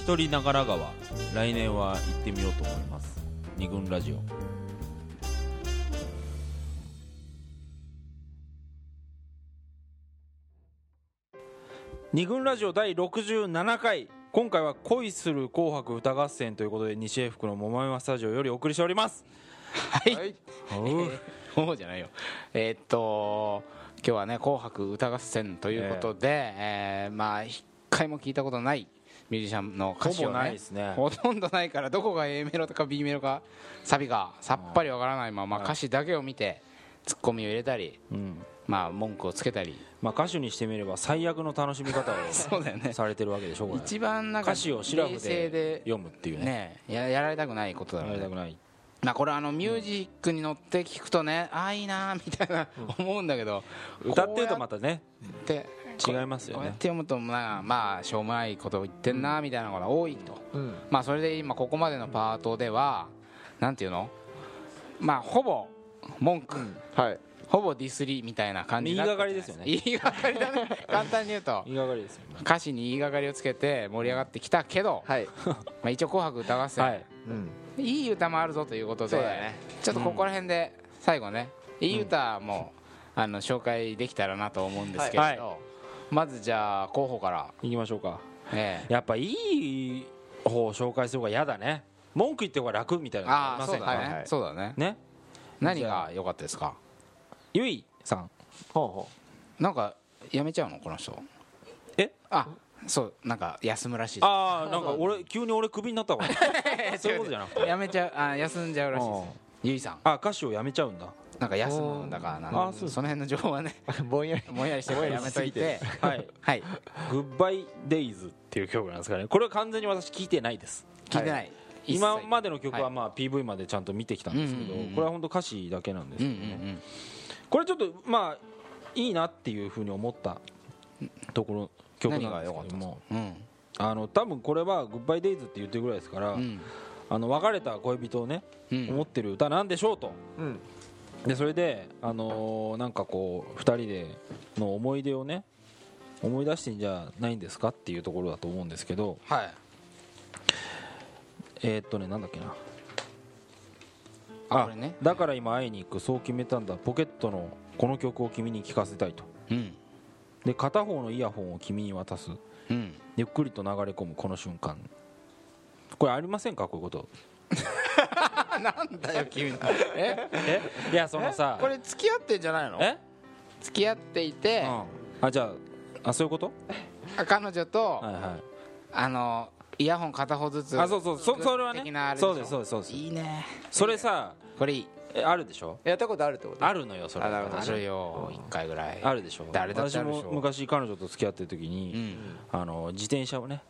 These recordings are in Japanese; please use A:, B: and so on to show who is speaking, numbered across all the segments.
A: 一人長良川来年は行ってみようと思います二軍ラジオ二軍ラジオ第67回今回は「恋する紅白歌合戦」ということで西英福の桃山スタジオよりお送りしております
B: はい、そうじゃないよえーっと今日はね「紅白歌合戦」ということで、えーまあ一回も聞いたことないミュージシャンの歌詞を、
A: ほ
B: ね、
A: ぼないですね
B: ほとんどないからどこが A メロとか B メロかサビがさっぱりわからないまま歌詞だけを見てツッコミを入れたり、
A: うん
B: まあ文句をつけたり
A: まあ歌手にしてみれば最悪の楽しみ方を
B: そうだよね
A: されてるわけでしょこれ
B: 一番なんか
A: 歌詞をシラフ
B: 冷静
A: で
B: で
A: 読むっていうね
B: ねややられたくないことだ
A: や
B: ろう
A: り
B: ね
A: たくない
B: まあこれあのミュージックに乗って聞くとね、ああいいなーみたいな思うんだけど、
A: 歌ってるとま
B: こ
A: たね
B: うやって
A: 違いますよね
B: こうやって読むとまあまあしょうもないことを言ってんなーみたいなのが多いと、まあそれで今ここまでのパートではなんていうのまあほぼ文句、
C: はい
B: ほぼディスりみたいな感じになったんじゃない
A: 言
B: 言いがかりだね簡単に言うと
A: 言いがかりですよね
B: 歌詞に言いがかりをつけて盛り上がってきたけど、
C: はい、
B: まあ、一応「紅白歌合戦」
A: はい
C: うん、
B: いい歌もあるぞということで、
C: そうだね
B: ちょっとここら辺で最後ね、いい歌も、あの紹介できたらなと思うんですけれど、
A: は
B: まずじゃあ候補から、
A: 行きましょうか
B: ええ
A: やっぱいい方を紹介する方が嫌だね文句言ってる方が楽みたいなの
B: ああ
A: りま
B: そ
A: せ
B: うんだ
A: か
B: ね、
C: はいはい
B: そうだね
A: ね
B: 何が良かったですか
A: ゆいさん
C: ほうほ
B: なんかやめちゃうのこの人
A: え
B: あそうなんか休むらしいで
A: ああなんか俺急に俺クビになったわ
B: す
A: そういうことじゃなくて
B: やめちゃうあ休んじゃうらしいです
A: うん
B: ゆいさん
A: あ歌手をやめちゃうんだ
B: なんか休むんだからなん
A: あー
B: か
A: そう
B: その辺の情報はね
C: うぼんやり
B: もんやりしてるからやめといて
A: はい
B: はい
A: 「グッバイ・デイズ」っていう曲なんですかねこれは完全に私聞いてないです
B: 聞いてない、一切
A: 今までの曲は
B: はい
A: まあ PV までちゃんと見てきたんですけど
B: うんうんうんうん
A: これは本当歌詞だけなんです
B: う
A: け
B: んう
A: ど
B: んう
A: ね
B: ん
A: これちょっとまあいいなっていうふうに思ったところ曲なんですけども
B: うん
A: あの多分これは「グッバイ・デイズ」って言ってるぐらいですから、
B: うん
A: あの別れた恋人をね、
B: うん
A: 思ってる歌なんでしょうと
C: うん
A: でそれで、あのーなんかこう2人での思い出をね思い出してんじゃないんですかっていうところだと思うんですけど
B: はい
A: えーっとねなんだっけな
B: あこれね
A: だから今会いに行くそう決めたんだポケットのこの曲を君に聴かせたいと
B: うん
A: で片方のイヤホンを君に渡す
B: うん
A: ゆっくりと流れ込むこの瞬間これありませんかこういうこと
B: なんだよ君え
A: えいやそのさ
B: これ付き合ってんじゃないの
A: え、
B: 付き合っていて、
A: うん、あじゃああそういうこと
B: 彼女と、
A: はいはい
B: あのイヤホン片方ずつ
A: あそうそうそそれはね
B: 的なあれ
A: そうですそうですそうです
B: いいね
A: それさ
B: これいい
A: えあるでしょ
C: やったことあるってこと
A: あるのよそれ
C: あなるほど
B: あるよ一回ぐらい
A: あるでしょ
B: 誰だってあるでしょ
A: 私も昔彼女と付き合ってる時
B: う
A: に、
B: ん
A: あの自転車をね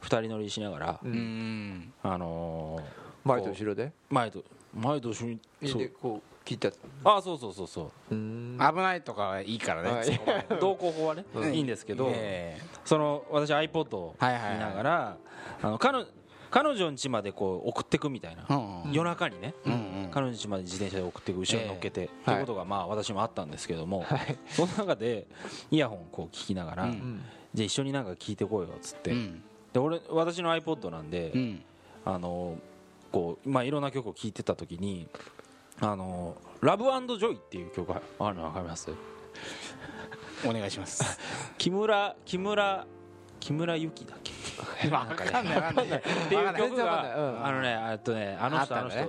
A: 二人乗りしながら、
C: う
B: うんん
A: あの
C: 前と後ろで
A: ー前と前と一緒にそ
C: で
A: う
C: こう切った
A: あそうそうそうそう
C: うーん
B: 危ないとかはいいからね、
C: はい
A: 同行法はね、いいんですけど、
B: え
A: その私 iPod を見
B: はいはいはい
A: ながら、あの彼女彼女の家までこう送ってくみたいな、
B: えうんうん
A: 夜中にね、
B: うんうん
A: 彼女の家まで自転車で送ってく後ろに乗っけて、っていうことがまあ私もあったんですけども、
C: はい
A: その中でイヤホンをこう聞きながら、
B: う
C: うんん
A: じゃあ一緒になんか聞いてこいよっつって、
B: うん
A: で俺私の iPod なんで、
B: うん
A: あのこうまあいろんな曲を聴いてた時に「あのラブジョイ」っていう曲があるの分かります
B: お願いします
A: 木村木村木村由紀だっけ
B: わかんないわかんない
A: っていう曲
C: 全然わかんないうんう
A: が
C: ん
A: あのねあとねあの人
B: あ
A: あの
B: ったんだね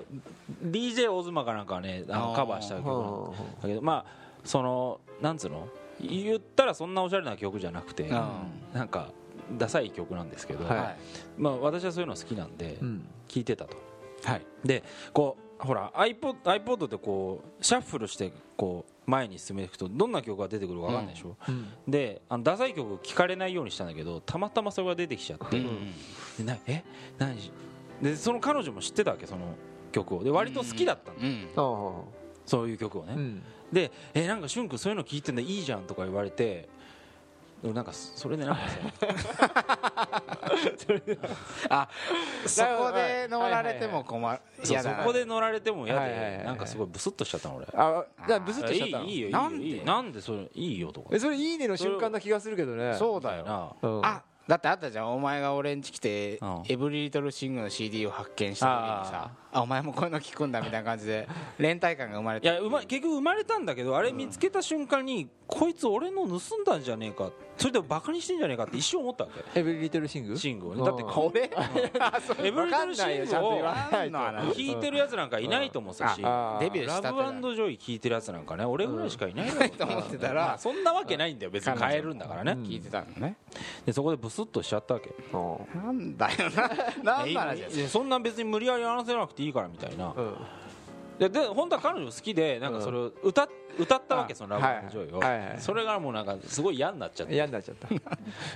A: 人 DJ オズマかなんかねあの
B: あー
A: カバーした曲なん
C: ほうほうほ
A: だけどまあそのなんつうの言ったらそんなおしゃれな曲じゃなくて
B: ん
A: なんかダサい曲なんですけど
C: はい
A: まあ私はそういうの好きなんで
C: うん
A: 聴いてたと
B: はい
A: でこうほら iPod, iPod ってこうシャッフルしてこう前に進めていくとどんな曲が出てくるか分かんないでしょ、
C: うん
A: であのダサい曲聞かれないようにしたんだけどたまたまそれが出てきちゃって、でなえ何しでその彼女も知ってたわけその曲をで割と好きだったの、
B: うん
C: ほうほ
A: そういう曲をね、
C: ううん
A: でえなんかしゅんくんそういうの聞いてんだいいじゃんとか言われてでもなんかそれでなんかさ
B: あそこで乗られて
C: は
B: も困る
A: そう
B: 嫌
A: そ
B: だな
A: こで乗られても嫌で、
C: はいはいはい
A: なんかすごいブスッとしちゃったの俺
C: あだからブスッとしちゃったの
A: いいいいよいい
B: な
A: よ
B: んで
A: いいよなんでそれいいよとか
C: えそれいいねの瞬間な気がするけどね
B: そうだ
A: な
B: よ
A: あ
C: うん
B: あだってあったじゃんお前が俺ん家来て
A: うん
B: 「エブリリトルシング」の CD を発見した時にさあお前もこういうの聞くんだみたいな感 じで連帯感が生まれ
A: い
B: て
A: やうま結局生まれたんだけどあれ見つけた瞬間に、こいつ俺の盗んだんじゃねえかそれでもバカにしてんじゃねえかって一瞬思ったわけ
C: エブリリトルシング
A: シングを
C: う
A: ね
C: ん
A: だってこ
B: 俺
A: エブリトルシングを
B: わかんないよちゃんと言わないと
C: 何の話
A: 聴いてるやつなんかいないと思ってたし、
C: あ
B: デビューしたて
A: ラ
B: だ
A: ブジョイ聴いてるやつなんかね俺ぐらいしかいないだろう
B: と思ってたら
A: ま あそんなわけないんだよ別に買えるんだからね、
B: 聞いてたのね
A: でそこでブスッとしちゃったわけ
C: う
B: な
C: ん
B: んだよな何の話です
A: いやそんな別に無理やり話せなくていいからみたいな、
C: うん
A: でで本当は彼女好きでなんかそれを歌,、歌ったわけ
C: あ
A: その「ラブジョイを、
C: はいはいはい
A: それがもうなんかすごい嫌になっちゃって
C: 嫌になっちゃった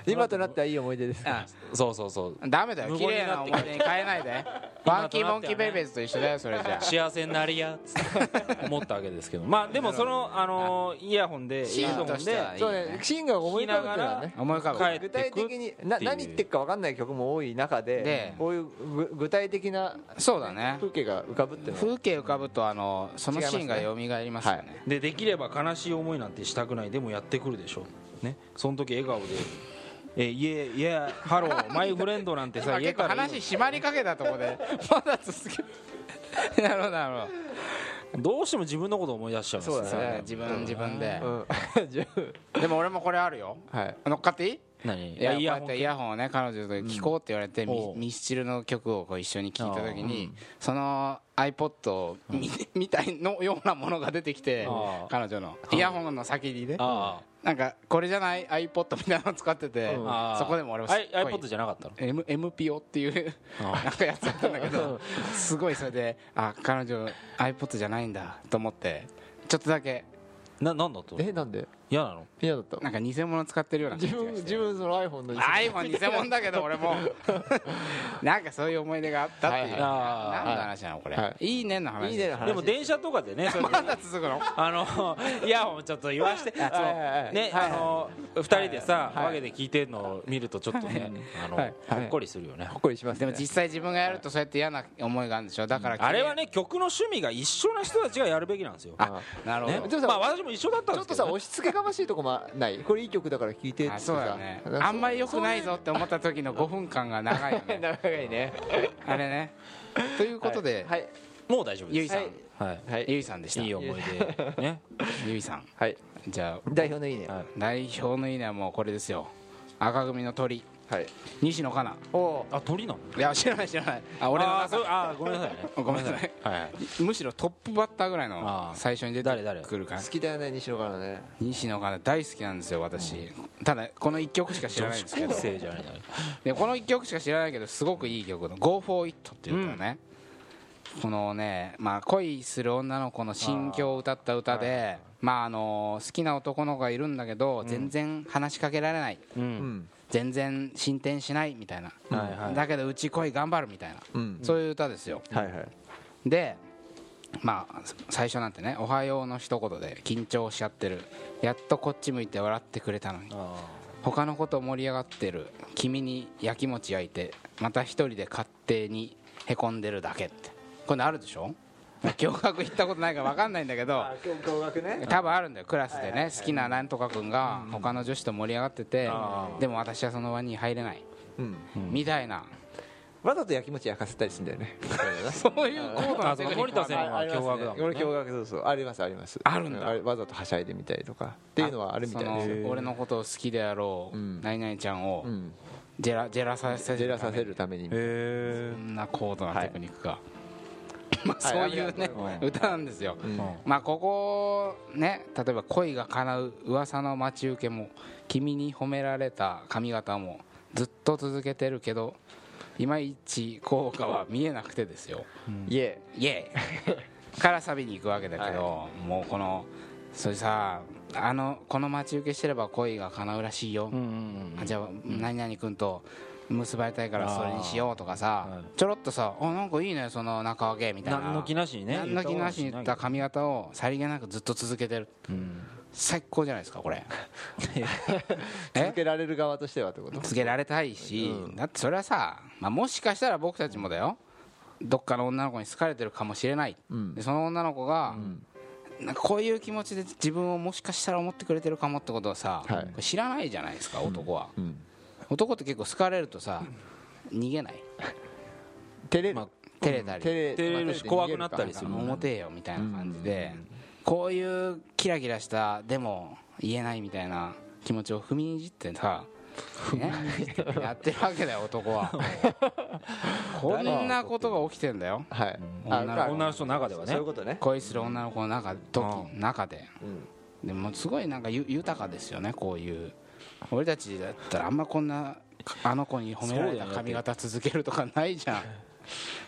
C: 今となってはいい思い出です
B: か
A: そうそうそう
B: ダメだよ
A: 無
B: 綺
A: 言
B: 麗
A: に
B: な
A: なっ
B: 思
A: て
B: い
A: くる
B: 出に変えない でバンキーモンキーベイベーズと一緒だよそれじゃ
A: 幸せになりやっつって思ったわけですけどまあでもその、あのーイヤホンでイ
B: シ
A: ヤ
B: ー
A: ホ
B: ンと
A: ン
B: した
A: で
B: らいい
C: そうねシングが思い浮かぶっていうのはね
B: 思い浮かぶ
A: 帰
C: 具
A: って
C: 体
A: く
C: 的にな
A: っていう
C: 何言ってるか分かんない曲も多い中で
B: で
C: こういうぐ具体的な
B: そうだね
C: 風景が浮かぶっていうのは
B: 風景浮かぶとあのそのシーンが蘇りますよね
A: でできれば悲しい思いなんてしたくないでもやってくるでしょうねその時笑顔で「えいえいえハロ ーマイフレンドなんて
B: 今
A: さ家
B: 結構
A: から
B: 話締まりかけたとこで まだ続けなるほどなるほど
A: どうしても自分のこと思い出しちゃうんですよ
C: そう
B: そう
C: だね
B: ね自分自分で
C: うん十分
B: でも俺もこれあるよ
C: はい
B: 乗っかっていい
A: 何
B: いや
A: イ
B: イ
A: ヤ
B: ヤ
A: ホ
B: ホ
A: ン
B: ンイヤホンをね彼女と聴こうって言われて、ミ
A: おう
B: ミスチルの曲をこう一緒に聴いた時に、その iPod をみ,、たいのようなものが出てきて
A: ああ
B: 彼女のイヤホンの先にね
A: あ
B: なんかこれじゃない iPod みたいなの使ってて、
C: うん
A: あ
B: そこでも俺もすっ
A: アイ
B: ご
A: iPod
B: い
A: じゃなかったの
B: M MPO っていう
A: あ
B: なんかやつだったんだけどすごいそれであ彼女 iPod じゃないんだと思ってちょっとだけ
A: ななんだと
C: えなんで
A: 嫌なの
C: ピアノだった
B: なんか偽物使ってるような
C: 自
B: 感じがして
C: 分自分その iPhone の
B: iPhone 偽物だけど俺 もなんかそういう思い出があったってい
A: はい
B: う何の
A: はい
B: 話なのこれ、、
C: はい
B: いねの話
C: いいねの話
A: でも電車とかでねそれ
B: まだ続くの
A: あのイヤホンちょっと言わしてその
C: はいはいはい
A: ね
C: は
A: あ
C: い
A: の2人でさ
C: はい
A: わけで聞いてるのを見るとちょっとねあの
C: はい
A: ほっこりするよね
C: ほっこりします
B: でも
C: ね
B: 実際自分がやるとそうやって嫌な思いがあるんでしょだから
A: あれはね曲の趣味が一緒な人たちがやるべきなんですよ
B: あなるほど、
A: ね
C: ねでもさ
A: まあ私も一緒だったん
C: ちょ
A: ですけ
C: っと
A: ど
C: さ
A: ね
C: 押し付けがましいとこもないこれいい曲だから聴いてって
B: あ
C: さ
B: そうだよねあんまり良くないぞって思った時の5分間が長い よね
C: 長いね
B: あれねということで、
C: はい
A: もう大丈夫
B: ゆ
A: で
B: い
A: す
B: さん、
C: はい
A: はい
C: はい
B: ゆいさんでした
A: いい思い出ね
B: ゆいさん
C: はい
B: じゃあ
C: 代表のいいね
A: はい
B: 代表のいいのはもうこれですよ赤組の鳥
C: はい
B: 西野カナ
C: おお
A: あ鳥なの
B: いや知らない知らないあ俺
A: あ
B: の
A: ー
B: 中
A: そうあーごめんなさいね
B: ごめんなさい
A: はいはい
B: むしろトップバッターぐらい
A: あ
B: の
A: ー
B: 最初に出
A: 誰誰
B: てくるから
C: 好きだよね西野からね
B: 西野が大好きなんですよ私、ただこの1曲しか知ら
A: 女
B: ないん
A: 子
B: ですけ
A: 高
B: ど
A: 生じゃないの
B: でこの1曲しか知らないけどすごくいい曲の「GoForIt」っていう歌ね、このね、まあ、恋する女の子の心境を歌った歌でまああの好きな男の子がいるんだけど、全然話しかけられない
A: うん
C: ん
B: 全然進展しないみたいな、
A: はいはい
B: だけどうち恋頑張るみたいな、
C: うん
B: そういう歌ですよ、
C: はいはい
B: でまあ最初なんてね「おはよう」の一言で緊張しちゃってるやっとこっち向いて笑ってくれたのに
A: あ
B: 他のこと盛り上がってる君にやきもち焼いてまた一人で勝手にへこんでるだけってこれあるでしょ共学行ったことないから分かんないんだけ ど
C: 今日合格ね
B: 多分あるんだよクラスでね好きななんとか君が他の女子と盛り上がってて
A: あ
B: でも私はその輪に入れない
C: うん
B: みたいな
C: わざと焼きもち焼かせたりするんだよね
B: そういう高度
A: あ
B: な
A: そ
B: テ
A: うか
B: クニ
A: 森
B: ック
A: 田
B: は
A: 専務は共学だもん
C: 俺共学そうそうありますあります
B: あるんだ
C: うれわざとはしゃいでみたりとかっていうのはあるみたい
B: その
C: ですよ
B: 俺のことを好きであろう、
C: うん
B: 何々ちゃんを
C: うん
B: ジェラジェラさせ
C: ジェ
B: る
C: ラ
B: ため
C: さ
B: に
C: せるために
A: へ
B: こんな高度なテクニックが、 まあ、
C: は
B: そ
C: いう
B: いうね、
C: はい
B: 歌なんですよ、
C: うん
B: まあここね例えば恋が叶う噂の待ち受けも君に褒められた髪型もずっと続けてるけどいまいち効果は見えなくてですよ
C: イエ
B: イエー イからサビに行くわけだけど、もうこのそれさあのこの待ち受けしてれば恋が叶うらしいよ、
A: うんうん
B: あじゃあ何々君と結ばれたいからそれにしようとかさ、
A: あーはい
B: ちょろっとさ「あなんかいいねその中分け」みたいな
A: 何の気なしにね
B: 何の気なしに言った髪型をさりげなくずっと続けてる
A: うん
B: 最高じゃないです かこれ
C: ー続
B: え
C: けられる側としてはってこと
B: 続けられたいし、だってそれはさ、まあ、もしかしたら僕たちもだよどっかの女の子に好かれてるかもしれない、
C: うん
B: でその女の子が、なんかこういう気持ちで自分をもしかしたら思ってくれてるかもってことをさ、
C: はい
B: これ知らないじゃないですか男は、
C: うん
B: 男って結構好かれるとさ逃げない
D: 照れる、
A: まあ
B: 照れたり、
D: れ
A: 照れるし怖くなったりす
B: あ
A: る
B: の表よみたいな感じで、こういうキラキラしたでも言えないみたいな気持ちを踏みにじってさ、ね、やってるわけだよ男 はこんなことが起きてんだよ
D: はい
B: あなるほど
A: 女の人の中では
D: そう
A: ね
D: いうことね
B: 恋する女の子の中時
A: うん
B: 中で
D: うん
B: でもすごいなんかゆ豊かですよねこういう俺たちだったらあんまこんなあの子に褒められた髪型続けるとかないじゃん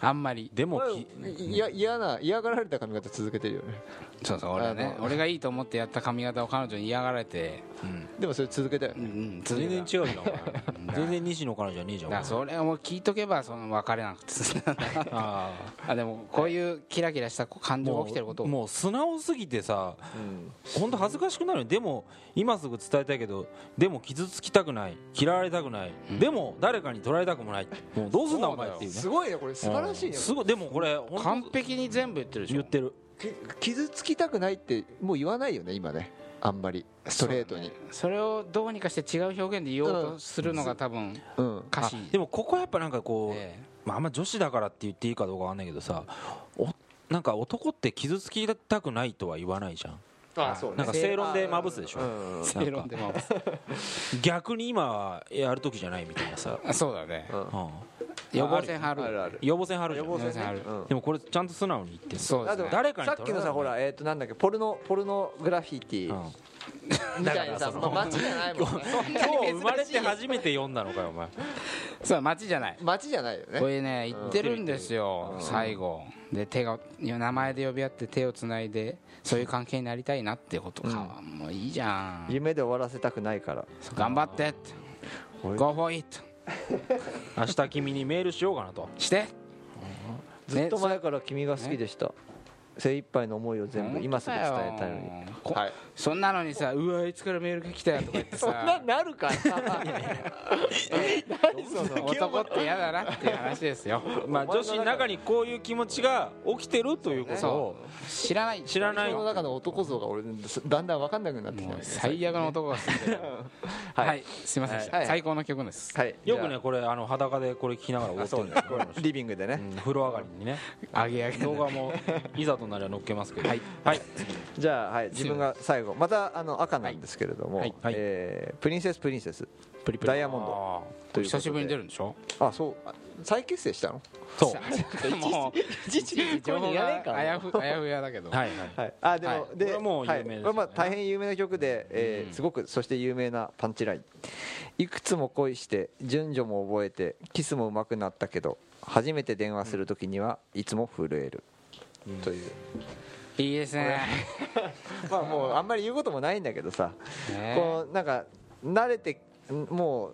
B: あんまり
A: でもき
D: まあいや嫌な嫌がられた髪型続けてるよね
B: そうそう俺はね
D: あの
B: 俺がいいと思ってやった髪型を彼女に嫌がられて
D: でもそれ続けたよ
B: うんう
D: ね
B: ん続け
A: 全
B: た
A: 然違うじゃんお 前全然西野からじゃねえじゃ
B: だ
A: ん
B: からそれを聞いとけばその別れなくて済んだ
A: あ
B: あでもこういうキラキラした感
A: あ
B: 情が
A: も
B: 起きてること
A: う
B: を
A: もう素直すぎてさ
D: うん
A: 本当恥ずかしくなるよでも今すぐ伝えたいけどでも傷つきたくない嫌われたくない、でも誰かに取られたくもないもうどうすんだ
B: そ
A: お
B: うだ
A: 前
B: よ
A: っていうね
D: すごいねこれ素晴らしいね
A: すごいでもこれ本当
B: 完璧に全部言ってるでし
A: 言
B: ょ
A: ってる
D: き傷つきたくないってもう言わないよね今ねあんまりストレートに
B: それをどうにかして違う表現で言おうとするのが多分
D: うん
B: 歌詞
A: でもここはやっぱなんかこう、
B: ええ
A: まあ、あんま女子だからって言っていいかどうかわかんないけどさおなんか男って傷つきたくないとは言わないじゃん
D: あそう
A: なんか正論でまぶすでしょ
D: うん
A: なんか
B: 正論でも
A: 逆に今はやる時じゃないみたいなさ、
B: あそうだね
D: うん
A: うん、
B: 予防線張
D: ある
B: る
D: ある
A: 予防線張るじゃん
B: 防線ね
D: あるうん
A: でもこれちゃんと素直に言ってる
B: そうです
D: あで
B: ね
D: も
A: 誰かに
D: さっきのさほ
A: 取ら
D: らえっとなんだっけポルノポルノグラフィティ
A: うん
D: みたいなさまあ街じゃないもんね
A: 今日生まれて初めて読んだのかよお前
B: そう街じゃない
D: 街じゃないよ
B: こ
D: ね
B: れね言ってるんですよ
D: うん
B: 最後で手が名前で呼び合って手をつないでそういう関係になりたいなってことかもういいじゃん
D: 夢で終わらせたくないから
B: 頑張ってって
D: これ
B: Go for it
A: 明日君にメールしようかなと
B: して
E: ずっと前から君が好きでした、精一杯の思いを全部今すぐ伝えたいのに
B: にこ
D: はい
B: そんなのにさうわいつからメールが来たよとか言って
E: そんな
B: さ
E: なるか
B: 男って嫌だなっていう話ですよ
A: まあ女子の中にこういう気持ちが起きてるということ
B: そ
A: を
B: う知らない
A: 知らない
D: その中の男像が俺だんだん分かんなくなってきた
B: も
D: よ
B: う
D: ね
B: 最悪の男が住んでる
D: はい
B: はいすいませんでし
D: は
B: た
D: い
B: 最高の曲です
D: はい
A: よくねこれあの裸でこれ聞きながら踊ってるんですよ
D: じゃ あリビングでね
A: うん風呂上がりにね
B: あげあげ
A: 動画もいざとなりゃ乗っけますけどはい
D: じゃあはい自分が最後またあの赤なんですけれども、
A: はいはい
D: えープリンセスプリンセス
B: プリプリ
D: ダイヤモンド
A: あ
D: ということで
B: 久しぶりに出るんでしょ
D: あそうあ再結成したの
A: ーそう
B: もう情報
E: やれ
B: が
E: んから
B: あやふあやふやだけど
A: はいはい
D: はいあでも、
B: はい
D: で
A: これもう有名
D: はい
A: ですよね
D: これまあ大変有名な曲で、えーすごくそして有名なパンチラインいくつも恋して順序も覚えてキスも上手くなったけど初めて電話する時にはいつも震える、という
B: いいですね
D: まあもうあんまり言うこともないんだけどさ、
B: ね
D: こうなんか慣れてんもう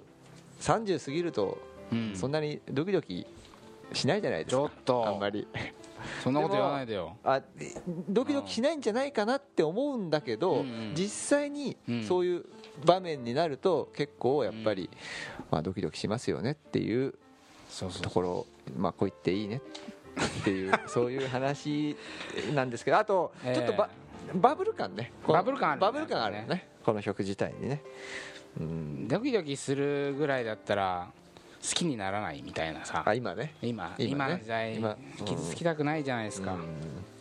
D: 30過ぎると
B: うん
D: そんなにドキドキしないじゃないです
B: ち
D: か、
B: ょっと
D: あんまり
B: そんなこと言わないでよ
D: あドキドキしないんじゃないかなって思うんだけ
B: う
D: ど、
B: んうん
D: 実際に
B: うん
D: そういう場面になると結構やっぱり、まあ、ドキドキしますよねっていう
B: そうそう
D: ところ、まあ、こう言っていいねっ ていうそういう話なんですけどあと
B: ええ
D: ちょっとバ,、バブル感ねこの
B: バブル感あるね
D: バブル感あるよねこの曲自体にねうん
B: ドキドキするぐらいだったら好きにならないみたいなさ
D: あ今ね
B: 今
D: 今
B: 今
D: ね
B: の時代
D: 今うん
B: 傷つきたくないじゃないですかうん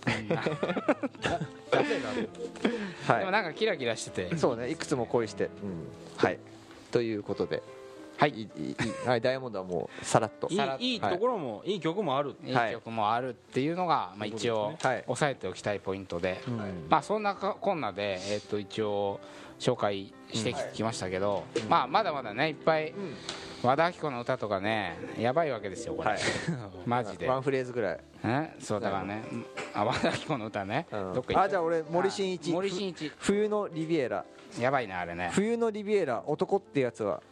D: は
B: でも
D: い
B: なんかキラキラしてて
D: そうねいくつも恋して、うんはいということではいいいいはいダイヤモンドはもうさらっと
A: いいいいところもいい曲もある
B: いい曲もあるっていうのが、まあ、一応
D: はい
B: 押さえておきたいポイントで、まあ、そんなかこんなで、えっと一応紹介してき,、ましたけど、まあ、まだまだねいっぱい、和田アキ子の歌とかねやばいわけですよこれ、
D: はい
B: マジで
D: ワンフレーズぐらい、
B: えそうだからねあ和田アキ子の歌ね、
D: うん
B: どっか行っ
D: あじゃあ俺森進一
B: あ森進一
D: ふ冬のリビエラ
B: やばいなあれね
D: 冬のリビエラ男ってやつは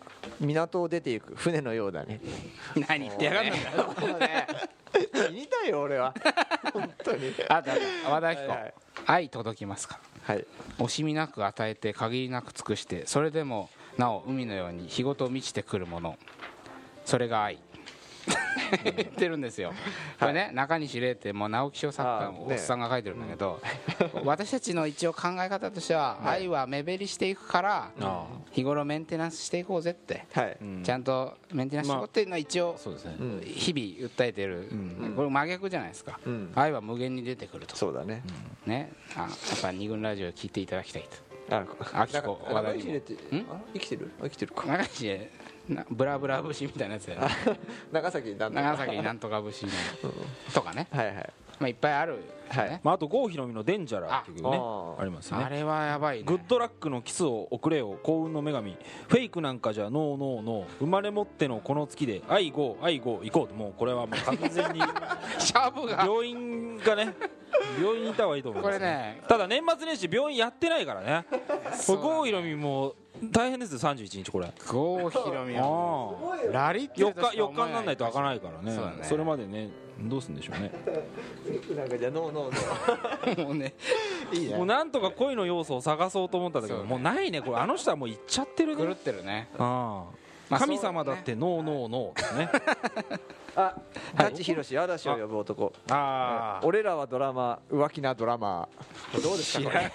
D: 港を出ていく船のようだね
B: 何言ってやがんのんだよ
D: 死にたいよ俺は本当に
B: あとあと和田アキ子、
D: はいはい
B: 愛届きますか
D: はい
B: 惜しみなく与えて限りなく尽くしてそれでもなお海のように日ごと満ちてくるものそれが愛言ってるんですよ、これね中西礼ってもう直木賞作家のおっさんが書いてるんだけど、私たちの一応考え方としては、愛は目減りしていくから
A: あ
B: 日頃メンテナンスしていこうぜって、
D: はい
A: うん
B: ちゃんとメンテナンスしていこうっていうのは一応
A: そうですね
D: うん
B: 日々訴えてる、これ真逆じゃないですか、
D: うん
B: 愛は無限に出てくると
D: そうだね
B: ねあやっぱ二軍ラジオ聞いていただきたいと
D: あ
B: あきこ和田
D: 生き
B: にも
D: て
B: ん
D: あ生きてるあ生きてるか
B: 長崎でなブラブラ節みたいなやつだよね
D: 長崎になんだ
B: 長崎なんとか節みたいなとかね、
D: はいはい
B: まあ、いっぱいあるよね、
D: はい
A: まあ、あと郷ひろみの「デンジャラー」っていうね
D: あ
A: あ
D: あー
A: ります
B: あ
A: ね
B: れはやばいね
A: グッドラックのキスを送れよ幸運の女神フェイクなんかじゃノーノーノー生まれ持ってのこの月で愛ゴー愛ゴー行こうともうこれはもう完全 に
B: シャブが
A: 病院がね病院にいた方がいいと思います、
B: これね
A: ただ年末年始病院やってないから ねこれ郷ひろみも大変ですよ31日これ
B: 郷ひろみ
A: あ
B: は
A: あ
B: ラリって
A: 4
B: るとしか
A: 日
B: 思
A: 4日
B: え
A: にならないと開かないからね
B: そう
A: そ
B: だね
A: れまでねどうすんでしょうね
D: なんかじゃあノーノーノ
B: もうね
D: ーいいね
A: もうなんとか恋の要素を探そうと思ったんだけど
B: そうね
A: もうないねこれあの人はもう行っちゃってる
B: 狂っ
A: ね
B: てるね
A: ああ
B: まあ
A: 神様だってノーノーノーですね
D: あ舘ひろし嵐を呼ぶ男
A: ああ
D: 俺らはドラマ浮気なドラマーどうですかこれ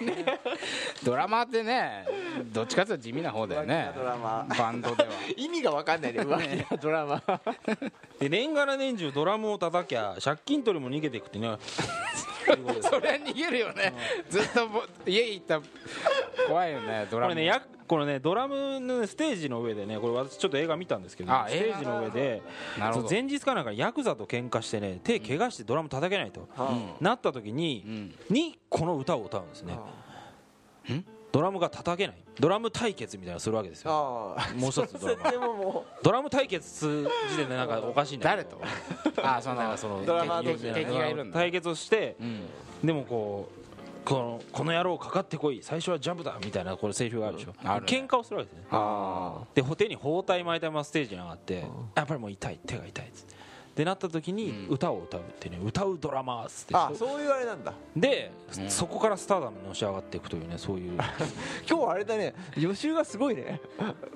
B: ドラマってねどっちかというと地味な方だよ
D: 浮気
B: ね
D: なドラマ
B: バンドでは
D: 意味が分か んないね浮気なドラマ
A: で年がら年中ドラムを叩きゃ借金取りも逃げていくってね
B: それは逃げるよねずっとぼ家行ったら怖いよねド
A: こ
B: ラ
A: れ
B: ム
A: ねやこれねドラムのねステージの上でねこれ私ちょっと映画見たんですけど
B: あ
A: ステージの上で
B: なるほ
A: そ
B: ど
A: う前日かなんかヤクザと喧嘩してね手怪我してドラム叩けないと、なった時に、にこの歌を歌うんですね、ドラムが叩けないドラム対決みたいなのするわけですよ
D: ああ
A: もう一つドラマ
D: でもも
A: ドラム対決する時点でなんかおかしいんだ
B: 誰
A: けど
B: とあそのその
D: ドラマー同
B: 敵
D: 士で
B: 敵敵がいるんだ
A: 対決をして、
B: ん
A: でもこうこのこの野郎かかってこい最初はジャブだみたいなこれセリフがあるでしょ、
B: あるね
A: 喧嘩をするわけですね
D: うあ
A: で手に包帯巻いたままステージに上がってやっぱりもう痛い手が痛いっつってでなった時に歌を歌うってね歌うドラマーっつって
D: ああそういうあれなんだ
A: でそこからスターダムにのし上がっていくというねそういうも
D: 今日あれだね予習がすごいね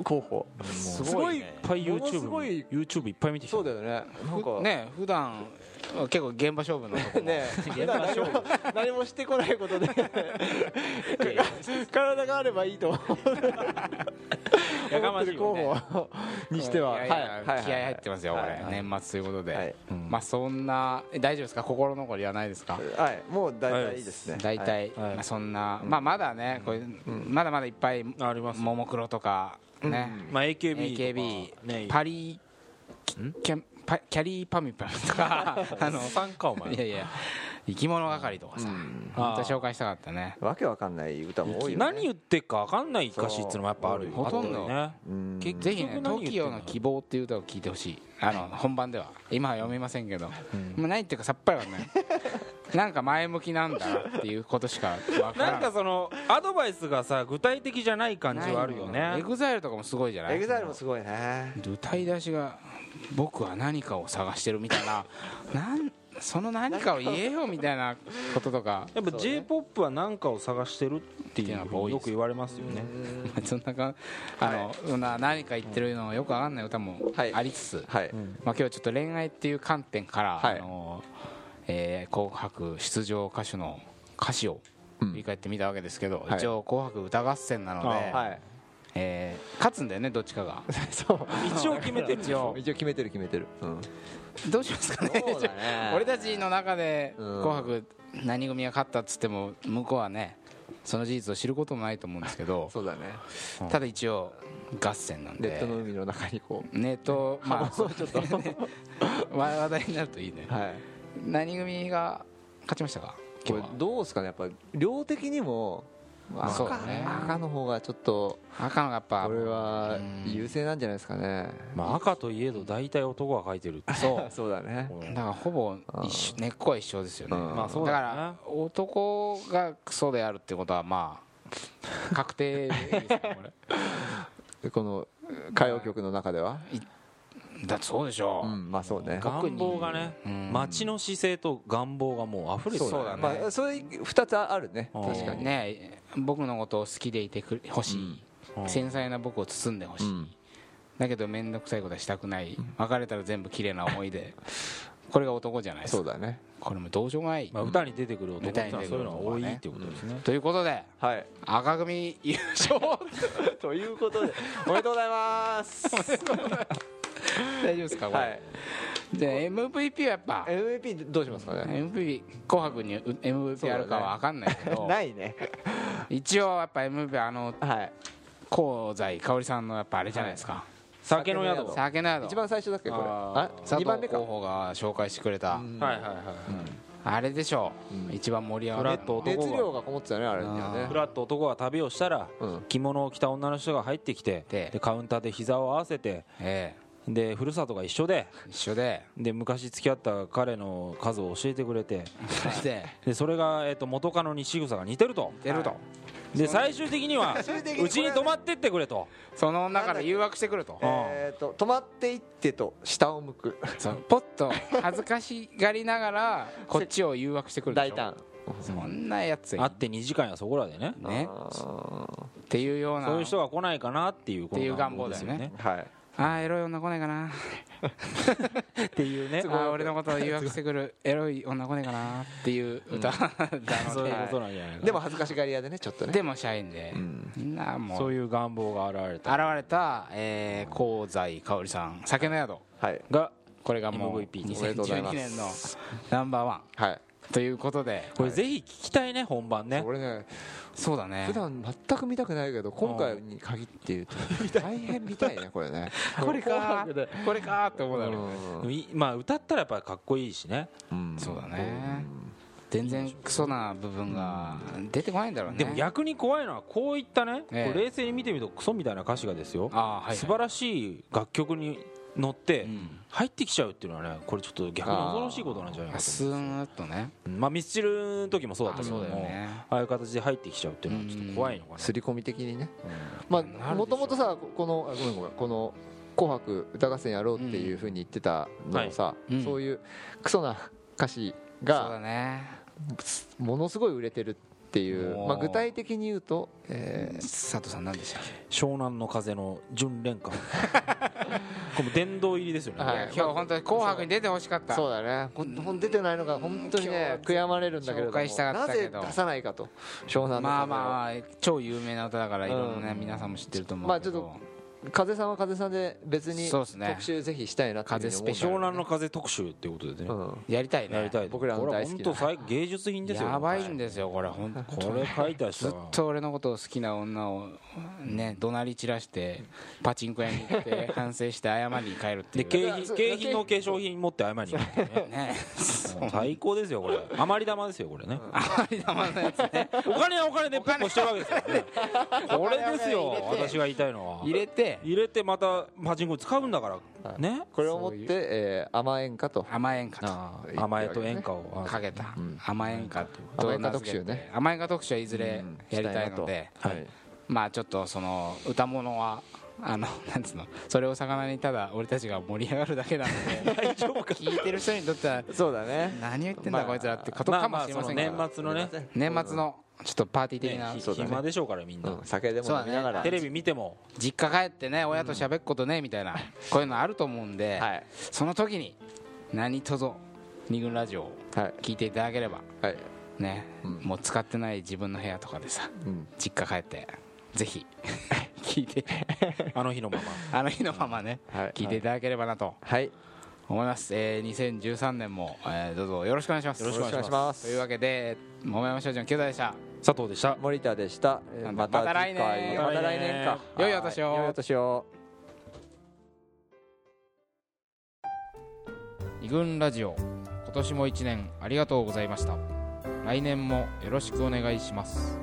D: 候補
A: う
D: す
A: いっ
D: ごい
B: ね
A: ぱい
D: ものすごい
A: YouTube YouTube いっぱい見てきた
D: そうだよねなんか
B: ね普段結構現場勝負のとこも
D: ね普段何も何もしてこないことで 体があればいいと思
A: やか
D: 思
A: ま
D: っ
A: してい
D: る
A: よ
D: 候
A: ね
D: 補にしては
B: や
D: はいい
B: や
D: はい
B: 気合入ってますよ、
D: はい
B: これ年末ということで、
D: はい
A: うん
B: まあそんなえ大丈夫ですか心残りはないですか
D: はいもう大体いいですね
B: 大体、
A: はい
B: まあ、そんな、まあまだねこれ、まだまだいっぱい
A: あります
B: ももクロとかね、
A: まあ AKB とか
B: AKB、
A: ね
B: パリキャンパキャリーパミュパミュ とかあの
A: 参加お前
B: いやいや生き物係とかさ、本当に紹介したかったね
D: わけわかんない歌も多いよね
A: 何言ってっか分かんない歌詞っつうのもやっぱあるよ
B: ほとんど
A: あったよね
D: うん
A: 結局
B: ぜひね
A: 何言ってん
B: TOKIO の希望っていう歌を聴いてほしいあの本番では今は読めませんけど、もう何言ってるかさっぱりわか んないなんか前向きなんだなっていうことしかわから
A: なんかそのアドバイスがさ具体的じゃない感じはあるよ
B: エ
A: ね
B: グザイルとかもすごいじゃない
D: エグザイルもすごいね
B: 歌い出しが僕は何かを探してるみたいな なんその何かを言えよみたいなこととか
A: やっぱ j p o p は何かを探してるっていう
B: っていうのが多い
A: よ
B: です
A: く言われますよね
B: そんなかあの、そんな何か言ってるのがよくわかんない歌も
D: はい
B: ありつつ、
D: はい
B: まあ、今日はちょっと恋愛っていう観点から「
D: はい
B: あのえー紅白」出場歌手の歌詞を振り返ってみたわけですけど、
D: はい
B: 一応「紅白歌合戦」なので、
A: あー
D: はい
B: えー勝つんだよねどっちかが
D: そう
A: 一応決めてる
B: 一応
D: 一応決めてる決めてるうん
B: どうしますかね
D: そうだ ね
B: 俺たちの中で「
D: うん
B: 紅白」何組が勝ったっつっても向こうはねその事実を知ることもないと思うんですけど
D: そうだね
B: ただ一応合戦なん
D: ネッ
B: で
D: トの海の中にこ
B: ネットまあそうちょっと話題になるといいね
D: うはい
B: 何組が勝ちましたか
D: こ
B: 今日
D: れ
B: は
D: どうですかねやっぱ量的にも
B: あそうだ
D: 赤,、
B: ね
D: 赤の方がちょっと
B: 赤のがやっぱ
D: これは
B: うん
D: 優勢なんじゃないですかね
A: まあ赤といえど大体男が書いてるって
B: そう
D: そうだね
B: だからほぼ一緒根っこは一緒ですよね、
D: うん
A: まあそう
B: だ
A: だ
B: か
A: ね
B: ら男がクソであるってことはまあ確定ですよこれ
D: この歌謡曲の中では
B: だってそうでしょ
D: う、んまあそうね
B: 特
A: 願
B: に
A: 望がね
B: うん
A: 街の姿勢と願望がもう溢れてる
B: そうだね
D: まあそれ2つあるね
A: うん
D: 確かに
B: ね僕のことを好きでいてくれほしい、繊細な僕を包んでほしい、
D: うん
B: だけど面倒くさいことはしたくない別れたら全部綺麗な思い出これが男じゃないです
D: そ
B: か
D: うだね
B: これもどうしようもない、
A: まあ、歌に出てくる男ってのは
B: うん
A: そういうのが多いってことですね。
B: ということで
D: はい
B: 赤組優勝
D: ということでおめでとうござい ます
B: 大丈夫ですかこれ、
D: はい
B: じゃあ MVP はやっぱ
D: MVP どうしますかね
B: MVP「紅白」に MVP あるかは分かんないけど、
D: ないね
B: 一応やっぱ MVP あの
D: はい
B: 香西かおりさんのやっぱあれじゃないですか
A: 酒の宿。はい
B: 酒など
D: 一番最初だっけこれ
B: あ
D: あ
B: ー佐
D: 2
B: 藤
D: 番目か
B: 候補が紹介してくれた
A: はいはい。
B: あれでしょう一番盛り上がるの
A: フラット
D: 熱量がこもってたねあれにはね
A: ふらっと男が旅をしたら
D: うん
A: 着物を着た女の人が入ってきて
B: で
A: でカウンターで膝を合わせて
B: え
A: でふるさとが一緒で
B: え一緒で
A: で昔付き合った彼の数を教えてくれて
B: そして
A: でそれがえっと元カノに仕草が似てると
B: 出ると
A: で最終的にはうちに泊まってってくれと
B: その女から誘惑してくると
D: えっと止まっていってと下を向く
B: そうポッと恥ずかしがりながらこっちを誘惑してくるでし
D: 大
B: ょ
D: 胆
B: そんなやつい
A: 会って2時間やそこらでね
B: ね
D: あー
B: っていうような
A: そういう人が来ないかなっていうこの
B: っていう願望だよね
D: はい
B: ああエロい女来ないかな
A: っていう ね
B: あー俺のことを誘惑してくるエロい女来ないかなっていう歌な の
A: そういう
B: で
A: ことなんじゃないか
D: でも恥ずかしがり屋でねちょっとね
B: でも社員で
D: うん
B: なあもう
A: そういう願望が現れ
B: 現
A: た
B: れた、えー、香西かおりさん「酒の宿
D: はい
A: が」
B: これがもう
A: MVP
D: おめでとうございま
B: 2012
D: す
B: 年のナンバーワ
D: はい
B: ンということで
A: これぜひ聞きたいね本番ね
D: 俺ね
B: そうだね
D: 普段全く見たくないけど今回に限って言うと大変見たいねこれ ね
B: これかこれかって思うだろう、
D: う
A: いまあ歌ったらやっぱりかっこいいしね
D: ん
B: そうだね全然クソな部分が出てこないんだろうね
A: でも逆に怖いのはこういったね、
B: ええ
A: これ冷静に見てみるとクソみたいな歌詞がですよ、
B: ああはい、はい、
A: 素晴らしい楽曲に乗って
B: ん
A: 入ってきちゃうっていうのはねこれちょっと逆に恐ろしいことなんじゃないか
B: あ
A: と
B: スーッとね
A: うんまあミスチルの時もそうだったけども
B: あそうだよね
A: ああいう形で入ってきちゃうっていうのはちょっと怖いのかな、
D: 刷り込み的にねま
B: なるでし
D: あ
B: ょ
D: もともとさこのあごめんごめんこの「紅白歌合戦」やろうっていうふうに言ってたのもさ、
B: いうん
D: そういうクソな歌詞
B: そうだ
D: が
B: ね
D: ものすごい売れてるっていう、
B: おー
D: まあ、具体的に言うと、えー
B: 佐藤さん何でしたっ
A: 湘南の風の純恋 歌これも殿堂入りですよね、
D: はい
B: け、いや今日本当に紅白に出てほしかった
D: そうだねほんほん出てないのが本当にね
B: 今日
D: 悔やまれるんだけれど
B: 紹介した
D: も
B: かっ
D: な
B: たけ
D: ぜ
B: ど
D: 出さないかと湘南の
B: まあ
D: 風を
B: まあ超有名な歌だからいろんなね、
D: うん
B: 皆さんも知ってると思うけど、
D: まあちょっと風さんは風さんで別に
B: そうですね
D: 特集ぜひしたいなっていうふうに思うんだよね
A: 湘南の風特集っていうことでね、
B: やりたいね
A: やりたい
D: 僕らの大好
A: こ
D: きな
A: れは本当最芸術品ですよ
B: やばいんですよこれ本当
A: これ書いた人
B: ずっ
A: は
B: と俺のことを好きな女をね怒鳴り散らしてパチンコ屋に行って反省して謝りに帰るって
A: で
B: いう
A: 景品景品の化粧品持って謝りに行くっていうね
B: ね
A: もう最高ですよこれ余り玉ですよこれね
B: あり玉のやつね
A: お金はお金でポッポしてるわけですからねこれですよ
B: お金をね入れて
A: 私が言いたいのは
B: 入れて
A: 入れてまたパチンコに使うんだからね
D: これをもってえー甘えんかと
B: 甘えんか
A: ああ甘えと演歌を
B: と
A: あ
B: かけた甘えんかと
D: 甘えんか特集
B: 名
D: ね
B: 付けて甘えんか特集はいずれやりたいので
D: はい
B: まあちょっとその歌物はあの なんつうのそれを魚にただ俺たちが盛り上がるだけなの で大丈夫か聞いてる人にとっては
D: そうだね
B: 何を言ってんだ、
D: まあ
B: こいつらってこと
A: ま
B: か
A: あま
B: も
A: あ
B: しれ
A: そ
B: ま
A: の
B: せんけど、
A: 年末のね
B: 年末のちょっとパーティー的な、
A: ねひ
D: そうだね
A: 暇でしょうからみん
D: う
A: な
D: 飲酒でも飲みながら
A: テレビ見ても
B: 実家帰ってね親と喋ることねみたいな、こういうのあると思うん で、
D: はい
B: その時に何とぞ二軍ラジオを
D: はい
B: 聞いていただければ
D: はい
B: ね、
D: うん
B: もう使ってない自分の部屋とかでさ
D: うん
B: 実家帰って ぜひ聞いて
A: あの日のまま
B: あの日のままね、
D: はい
B: 聞いていただければなと
D: はい
B: 思います、えー2013年も、えーどうぞよろしくお願いします
A: よろしくお願いし
D: ま
B: というわけで桃山少女の兄弟でした
A: 佐藤でした
D: 森田でしたえー
B: ま
D: ま
B: た
D: た
B: また来
D: 次回
B: 年
D: また来年か
B: 良いお年を
D: はい良いお年を
B: 二軍ラジオ今年も一年ありがとうございました来年もよろしくお願いします